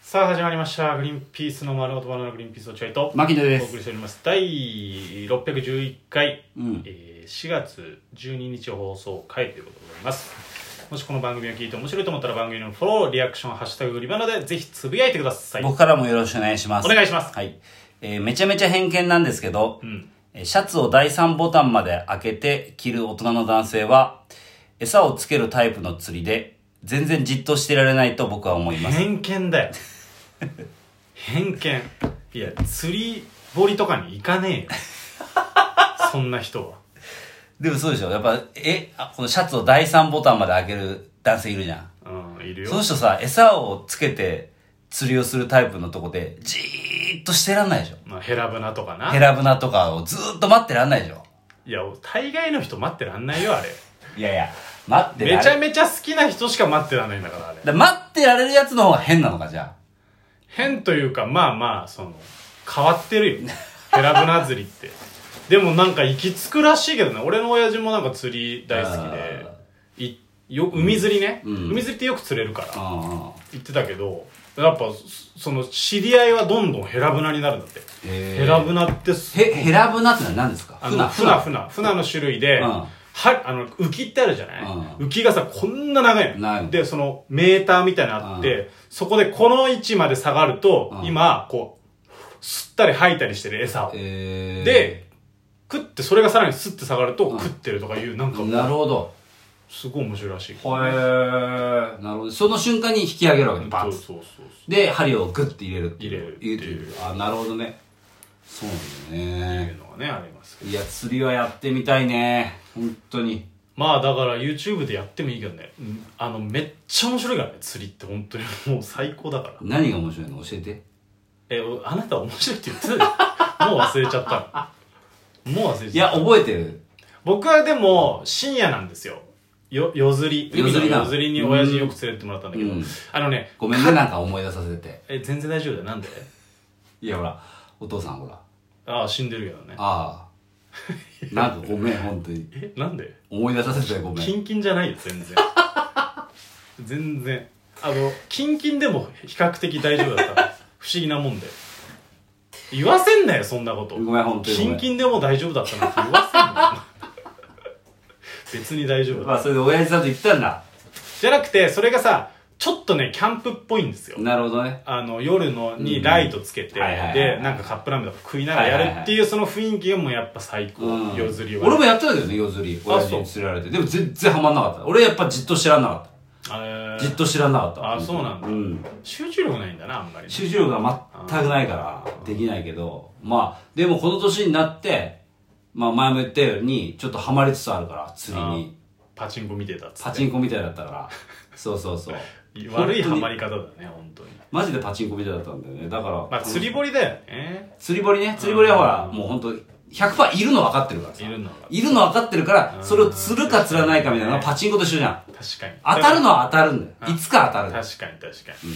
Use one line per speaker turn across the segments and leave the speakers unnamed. さあ始まりました「グリーンピースの丸音バナナグリーンピースをちょいと」
牧野で
お送りし
す。
ております第611回、
うん
えー4月12日放送回ということでございますもしこの番組を聞いて面白いと思ったら番組のフォローリアクション「ハッシュタググリバナ」でぜひつぶやいてくださいお
僕からもよろしくお願いします。
願いします、
はい。えーめちゃめちゃ偏見なんですけど、
うん
えーシャツを第3ボタンまで開けて着る大人の男性は、餌をつけるタイプの釣りで、全然じっとしてられないと僕は思います。
偏見だよ偏見いや釣り堀とかに行か ねえよそんな人は
でもそうでしょやっぱ、え、あこのシャツを第3ボタンまで開ける男性いるじゃん。
うんいるよ
その人さ、餌をつけて釣りをするタイプのとこで、じーっとしてらんないでしょ
まあ、ヘラブナとかな
ヘラブナとかをずーっと待ってらんないでしょ
いや大概の人待ってらんないよあれ
いやいや、待ってられ
めちゃめちゃ好きな人しか待ってらんないんだからあれ
だ待ってられるやつの方が変なのか、じゃ
変というかまあまあその変わって るよヘラブナ釣りってでもなんか行き着くらしいけどね俺の親父もなんか釣り大好
あ
きでいよ海釣りね、
うん
海釣りってよく釣れるから
あ。うん。
行ってたけどやっぱそその知り合いはどんどんヘラブナになるんだって、
へー
ヘラブナってす
へ、ヘラブナってのは何ですか
あの
ふ
フ
な
ナフナフナの種類で、
うん
はあの浮きってあるじゃない、
う
浮きがさこんな長い
長
の
い
でそのメーターみたいなのあって、そこでこの位置まで下がると、
うん
今こう吸ったり吐いたりしてる餌を、
えー
で、食ってそれがさらにスッて下がると、
ん
食ってるとかいうなんか
なるほど。
すごい面白いらしいけ
へ
どね、
ー。なるほど。その瞬間に引き上げるわけね、バ
そう
ン
そうそうそう
で、針をグッて入れるっていう。
入れるっていう
う。あ、なるほどね。そうなん
っ
だよ
てい
ね。
うのはねありますけど
いや、釣りはやってみたいね。本当に。
まあだから YouTube でやってもいいけどね、うんあのめっちゃ面白いからね釣りって本当にもう最高だから
何が面白いの教えて。
え、おあなた面白いって言ってたじゃ ん。もう忘れちゃったの。もう忘れ
い
ちゃ
や、
った。
覚えてる。
僕はでも、深夜なんですよ。よ、夜釣り。
夜釣り
海の
な
夜釣りに親父によく連れてってもらったんだけど。
うん
あのね、
ごめん ね、なんか思い出させて。
え、全然大丈夫だよ。なんで
いや、ほら、お父さんほら。
ああ、死んでるけどね。
ああ。なんかごめん、本当に。
え、なんで
思い出させてごめん。
キンキンじゃないよ、全 然。全然。あの、キンキンでも比較的大丈夫だった。不思議なもんで。言わせんなよ、そんなこと。
ごめん本当にご
キ
めん
ンキンでも大丈夫だったなんて言わせんなよ。別に大丈夫だった
まあ、それで親父さんと言ったんだ。
じゃなくて、それがさ、ちょっとね、キャンプっぽいんですよ。
なるほどね。
あの、夜のにライトつけて、
うんはいはいはい
で、なんかカップラーメンとか食いながらやるっていう、その雰囲気がもうやっぱ最高。
うん
夜釣りは。
俺もやってたけどね、夜釣り。
あ
親父に釣られて。でも全然ハマんなかった。俺やっぱじっと知らんなか
え
った。じ
ー、
っと知らんなかった。
あそうなんだ
うん。
集中力ないんだな、あんまり。
集中力が全くないから、できないけど。まあ、でもこの年になって、まあ前も言ったように、ちょっとハマりつつあるから、釣りに。
パチンコ見てたっつ
パ
っ
チンコみたいだったから。そうそうそう。
て。悪いハマ
り。
り方だね、本当に。
マジでパチンコみたいだったんだよね。だから。
まあ、釣り堀だよね。
釣り堀ね釣り堀はほら、もうほんと100%いるの分かってるからさ
いるのが。
いるの分かってるからそれを釣るか釣らないかみたいなのはパチンコと一緒じゃん
確かに。
当たるのは当たるんだ
う
よ
ん
いつか当たる
確かに確かに、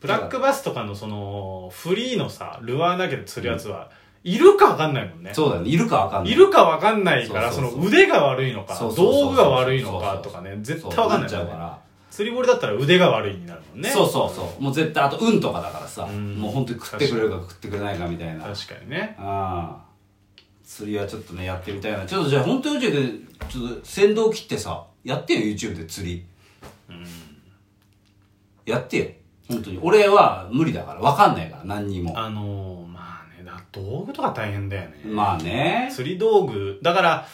ブラックバスとかのそのフリーのさルアー投げで釣るやつは、いるか分かんないもんね
そうだよねいるか分かんない
いるか分かんないからそ
そ
う
そう
の
そう
腕が悪いのか
そうそうそう
道具が悪いのかとかね絶対分かんない
そう
も
っ
ん
ちゃう
ね
か
釣り堀だったら腕が悪いになるもんね
らそうそうそうもう絶対あと運とかだからさ
ん
もうほんとに食ってくれるか食ってくれないかみたいな
確かにね
ああ釣りはちょっとねやってみたいなちょっとじゃあ本当に YouTube でちょっと先導切ってさやってよ YouTube で釣りやってよ本当に俺は無理だから分かんないから何にも
あのー、まあねだ道具とか大変だよね、
まあね
釣り道具だから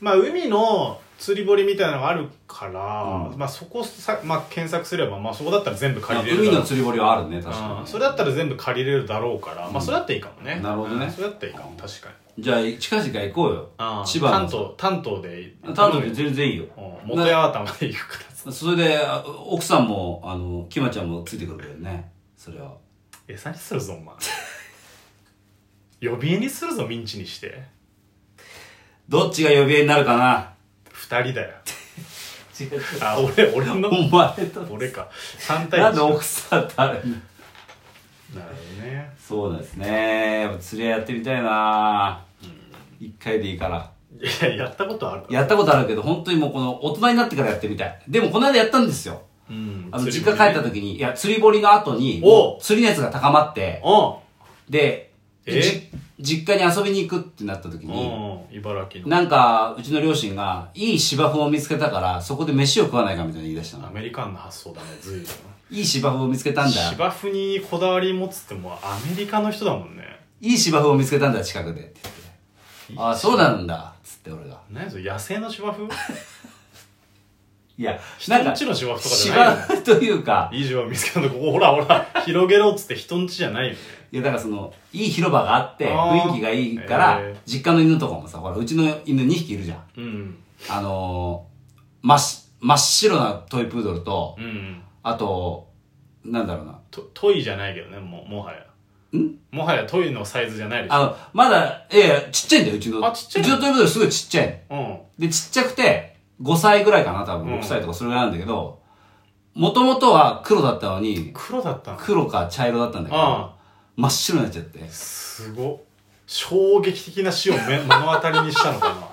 まあ海の釣り堀みたいなのがあるから、
う
まあそこさ、まあ、検索すれば、まあ、そこだったら全部借りれる
海
だろう
の釣り堀はあるね確か
うん
に
それだったら全部借りれるだろうから、まあそれだったらいいかもね
なるほどね
うんそれだったらいいかも確かに
じゃあ近々行こうよ
ああ
千葉
関
の
東関東で
丹東で全然いいよ
うん元八幡まで行くからさ
それであ奥さんもあのきまちゃんもついてくるけどねそれは
餌にするぞお前呼び絵にするぞミンチにして
どっちが呼び合いになるかな
二人だよあ俺俺の
お前と
俺か三対一
なんで
なる
奥さん誰
ほ
に
どね
そうですねやっぱ釣りはやってみたいな一回でいいから
いややったことある
やったことあるけど本当にもうこの大人になってからやってみたいでもこの間やったんですよ、
うん
あの、実家帰った時に、いや、釣り堀の後に、
お
釣り熱が高まって、
お
で、
え
じ実家に遊びに行くってなった時
う
に、
ん茨城の
なんか、うちの両親が、いい芝生を見つけたから、そこで飯を食わないかみたいな言い出した
ア
の。
メリカンな発想だねずいぶん
いい芝生を見つけたんだ。
芝生にこだわり持つってもうアメリカの人だもんね
いい芝生を見つけたんだ、近くで。って言って。ああ、そうなんだ。つって俺が。
何やそれ野生の芝生
いや、
人んちの芝生とかじゃないよ
芝
ね
生というか、
いい芝生見つけたんだここほらほら広げろっつって人んちじゃないよね
いやだからその、いい広場があって、
あー
雰囲気がいいから
へー、
実家の犬とかもさ、ほら、うちの犬2匹いるじゃ
う
ん。
ん
あのー、真っし、真っ白なトイプードルと、
うん
あと、なんだろうな。
とトイじゃないけどねもうもはや
ん
もはやトイのサイズじゃないでし
あ
ょ
の、まだ、いやいや、ちっちゃいんだよ、うちの。
あちっちゃいう
ちのトイプードルすごいちっちゃいの。
うん
で、ちっちゃくて、5歳ぐらいかな、多
う
分。
ん
6歳とかそれぐらいなんだけど、もともとは黒だったのに、
黒だったの
黒か茶色だったんだけど、
あ
真っ白になっちゃって。
あすごっ衝撃的な死をめ目の当たりにしたのかな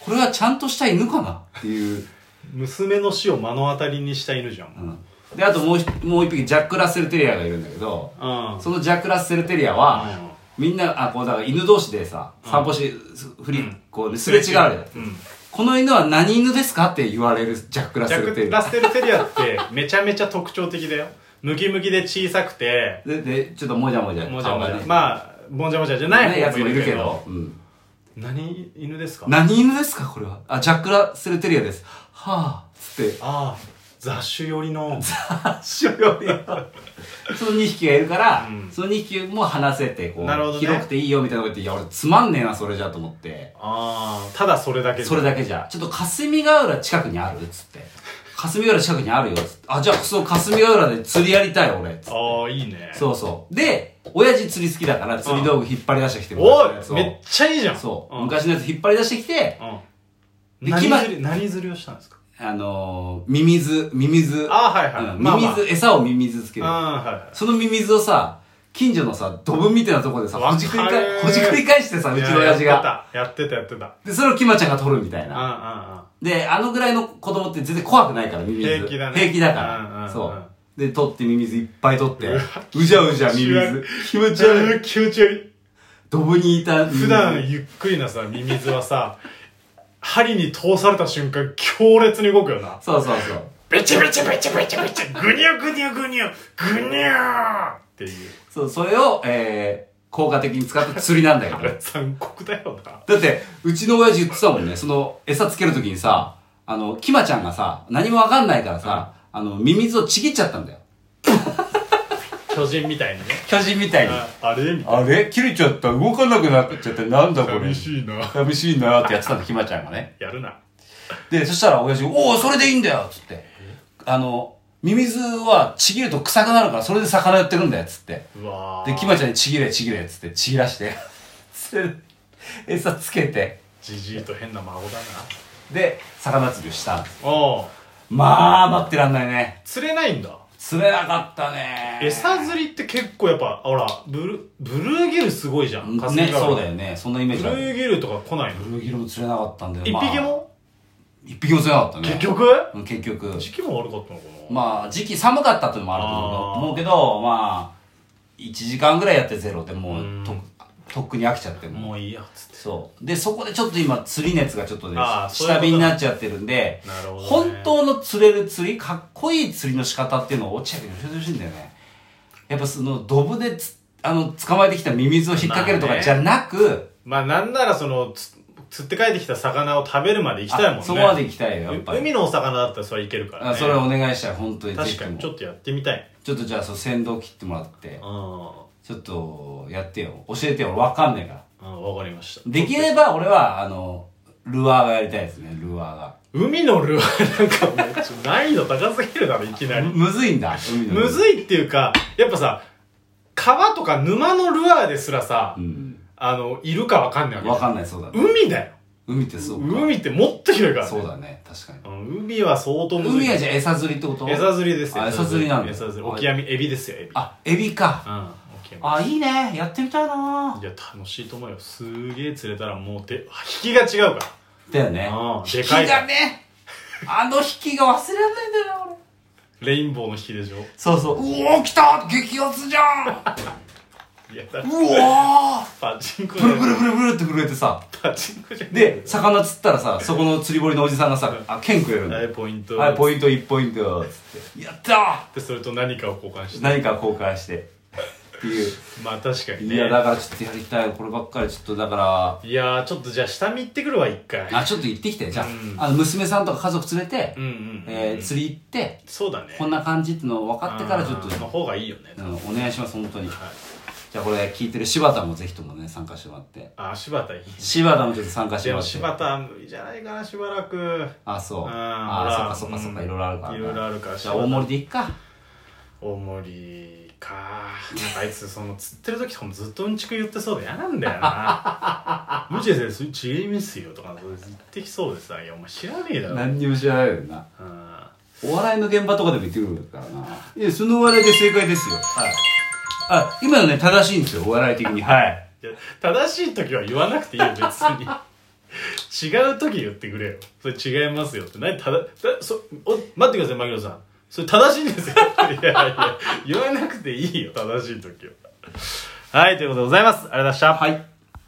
これはちゃんとした犬かなっていう。
娘の死を目の当たりにした犬じゃん、
うん。で、あともうひもう一匹ジャック・ラッセル・テリアがいるんだけど、
うん
そのジャック・ラッセル・テリアは、みんな、あ、こう、だから犬同士でさ、散歩し、ふり、こう、すれ違うじゃん
うん
この犬は何犬ですかって言われるジャック・ラッ
ジ
セ
ャ
ル・
ッ
テ
ク・
リア
ラ。ステル・テリアってめちゃめちゃ特徴的だよムキムキで小さくて
で、で、ちょっともじゃもじゃ。
もじゃもじゃ
顔がね
まあもじゃもじゃじゃない
ねやつ
方
も
も
い
い
る
る
け
け
ど
ど。
うん
何犬ですかあ
何犬ですかこれは。あ、ジャック・ラッセル・テリアです。はぁ、つって。
あ雑種寄りの
足を よりその2匹がいるから、
うん
その2匹も話せてこう、
なるほどね
広くていいよみたいなこと言っていや俺つまんねえなそれじゃと思って
ああただそれだけで
それだけじゃちょっと霞ヶ浦近くにあるっつって霞ヶ浦近くにあるよっつってあじゃあそう霞ヶ浦で釣りやりたい俺っつって
ああいいね
そうそうで親父釣り好きだから釣り道具引っ張り出してきても
お
ら
い
ったやつを
めっちゃいいじゃん
そう、
ん
昔のやつ引っ張り出してきて
う
で
ん何
決ま
釣り何釣りをしたんですか
あのー、ミミズミミズ
ああはいはい、
うん
まあ
ミ
ま
ミズ餌をミミズつける
あうんはいはい
そのミミズをさ、近所のさ、ドブみたいなところでさ、
わか
ほ
る
じくり返、ほじくり返してさ、うちの親父が。
やってたやってたやって
で、それをキマちゃんが取るみたい
た
な。
うんうんうん
で、あのぐらいの子供って全然怖くないから、ミミズ。
平気だね
平気だか
うんうんう
ら。
ん
そう。で、取ってミミズいっぱい取って、うじゃうじゃミミズ。気持ち悪い。
うん気持ち悪い
ドブにいたミミズ。
普段ゆっくりなさミミズはさ針に通された瞬間強烈に動くよな
そうそうそう。
ベチベチベチベチベチグニュグニュグニュグニューっていう
そう、それを、えー、効果的に使った釣りなんだけ
あ
ど。
れ残酷だよな
だって、うちの親父言ってたもんね、その、餌つけるときにさ、あの、キマちゃんがさ、何もわかんないからさ、あの、ミミズをちぎっちゃったんだよ。
巨人みたいにね
巨人みたいに。
ああれみたい
あれ切れちゃった。動かなくなっちゃって、なんだこ
な
れ。
寂
い。
しいな
寂しいなってやってたの、ひまちゃんがね。
やるな
で、そしたら親父が、おお、それでいいんだよつって。あの、ミミズはちぎると臭くなるから、それで魚やってるんだよつって。
うわ
で、
ー
きまちゃんにちぎれちぎれつって、ちぎらして。 それで餌つけて。
じじいと変な孫だな
で、魚釣りをしたんです。
おう
まあ、待ってらんないね。
釣れないんだ
釣れなかったね。
餌釣りって結構やっぱほらブルブルーギルすごいじゃん
ね、
川
そうだよね。そんなイメー
ブ
ジ
ル
ある。
ーギルとか来ないの
ブルーギルも釣れなかったんだよ。
一
まあ
匹も
一匹も釣れなかったね。
結局
うん結局。
時期も悪かったのかな
まあ、時期寒かったっていうのもあると思うけど、まあ、1時間ぐらいやってゼロでもう
うん
と、とっくに飽きちゃってもう。
もういいやつっ
そう。で、そこでちょっと今、釣り熱がちょっとね
あ、あそういうこ
下
と
火になっちゃってるんで、
てなるほど、ね、
本当の釣れる釣り、かっこいい釣りの仕方っていうのを落合君に教えてほしいんだよね。やっぱその、ドブでつ、あの、捕まえてきたミミズを引っ掛けると
まあ
か
ね
じゃなく、
まあなんならそのつ釣って帰ってきた魚を食べるまで行きたいもんね
あそこまで行きたいよ、やっぱり。
海のお魚だったらそれいけるから、
あ
ね、
それお願いしたい、本当に。
確かにち
ちょ
ょっとやってみたい
ちょっとじゃあ、そう、先導切ってもらって。
うん
ちょっとやってよ。教えてよ。俺わかんないから。
うんわかりました
できれば俺は、あの、ルアーがやりたいですね、ルアーが。
海のルアーなんかもうちょっと難易度高すぎるだろいきなり
むむずいんだ、海の。
む
い
ずいっていうかやっぱさ川とか沼のルアーですらさ、
うん。
あのいるかわかんないわけ
わかんない、そうだね。
海だよ
海ってそうか。
海ってもっと広いから、ね、
そうだね、確かに。
うん海は相当むずい
海はじゃあ餌釣りってこと
餌釣りですよ
あ餌釣りなんだ
餌釣りオキアミエビですよエビ
あ、エビか。
うんオキアミ
あ、いいね。やってみたいない
や楽しいと思うよすげえ釣れたらもうで引きが違うか
だよね
う。ん
引
で
き
かい
がね、あの引きが忘れられないんだよな、俺。
レインボーの引きでしょ
そうそう。うおー、来た激アツじゃん
いやだ
うおー
パチンコ
ブ ルブ
ル
ルブルブルって震えてさ。
パチンコじゃん
で、魚釣ったらさ、そこの釣り堀のおじさんがさ、あ、剣くれるんだ
は
よ。
いポイント
はい、ポイント1ポイント、つって。やったー
でそれと何かを交換して
何か公開して。っていう。
まあ確かにね
いや、だからちょっとやりたい。こればっかりちょっとだか
いやーちょっとじゃあ下見行ってくるわ一回
ら、あ、ちょっと行ってきて、じゃあ、
うん
あの、娘さんとか家族連れて、
うんうん
えー釣り行って、
そうだね
こんな感じってのを分かってからちょっと、
あーの方がいいよね
うん、お願いします、本当に。
はい
じゃあこれ聞いてる柴田もぜひともね、参加してもらって。
あ柴田いい
柴田もちょっと参加して
で
も
も
らって。
柴田無理じゃないかなしばらく
あ、そ
う
う。
ん
あー、そっ
ほ
からそっかそっか、いろいろあるからな。
いろいろあるから
じゃあ大盛りでいっか。
大森かなんかあいつその釣ってる時とかもずっとうんちく言ってそうで嫌なんだよな「無知です違いますよ」とか言ってきそうでさ「いやお前知らねえだろ」
何にも知らないよな。
うん
お笑いの現場とかでも行ってくるからな。いや、そのお笑いで正解ですよ。はい。あ、今のね、正しいんですよ、お笑い的に。はい。
いや正しい時は言わなくていいよ別に違う時言ってくれよそれ違いますよって何ただだそお待ってください槙野さんそれ正しいんですよいやいや言わなくていいよ正しい時ははいということでございますありがとうございました
はい。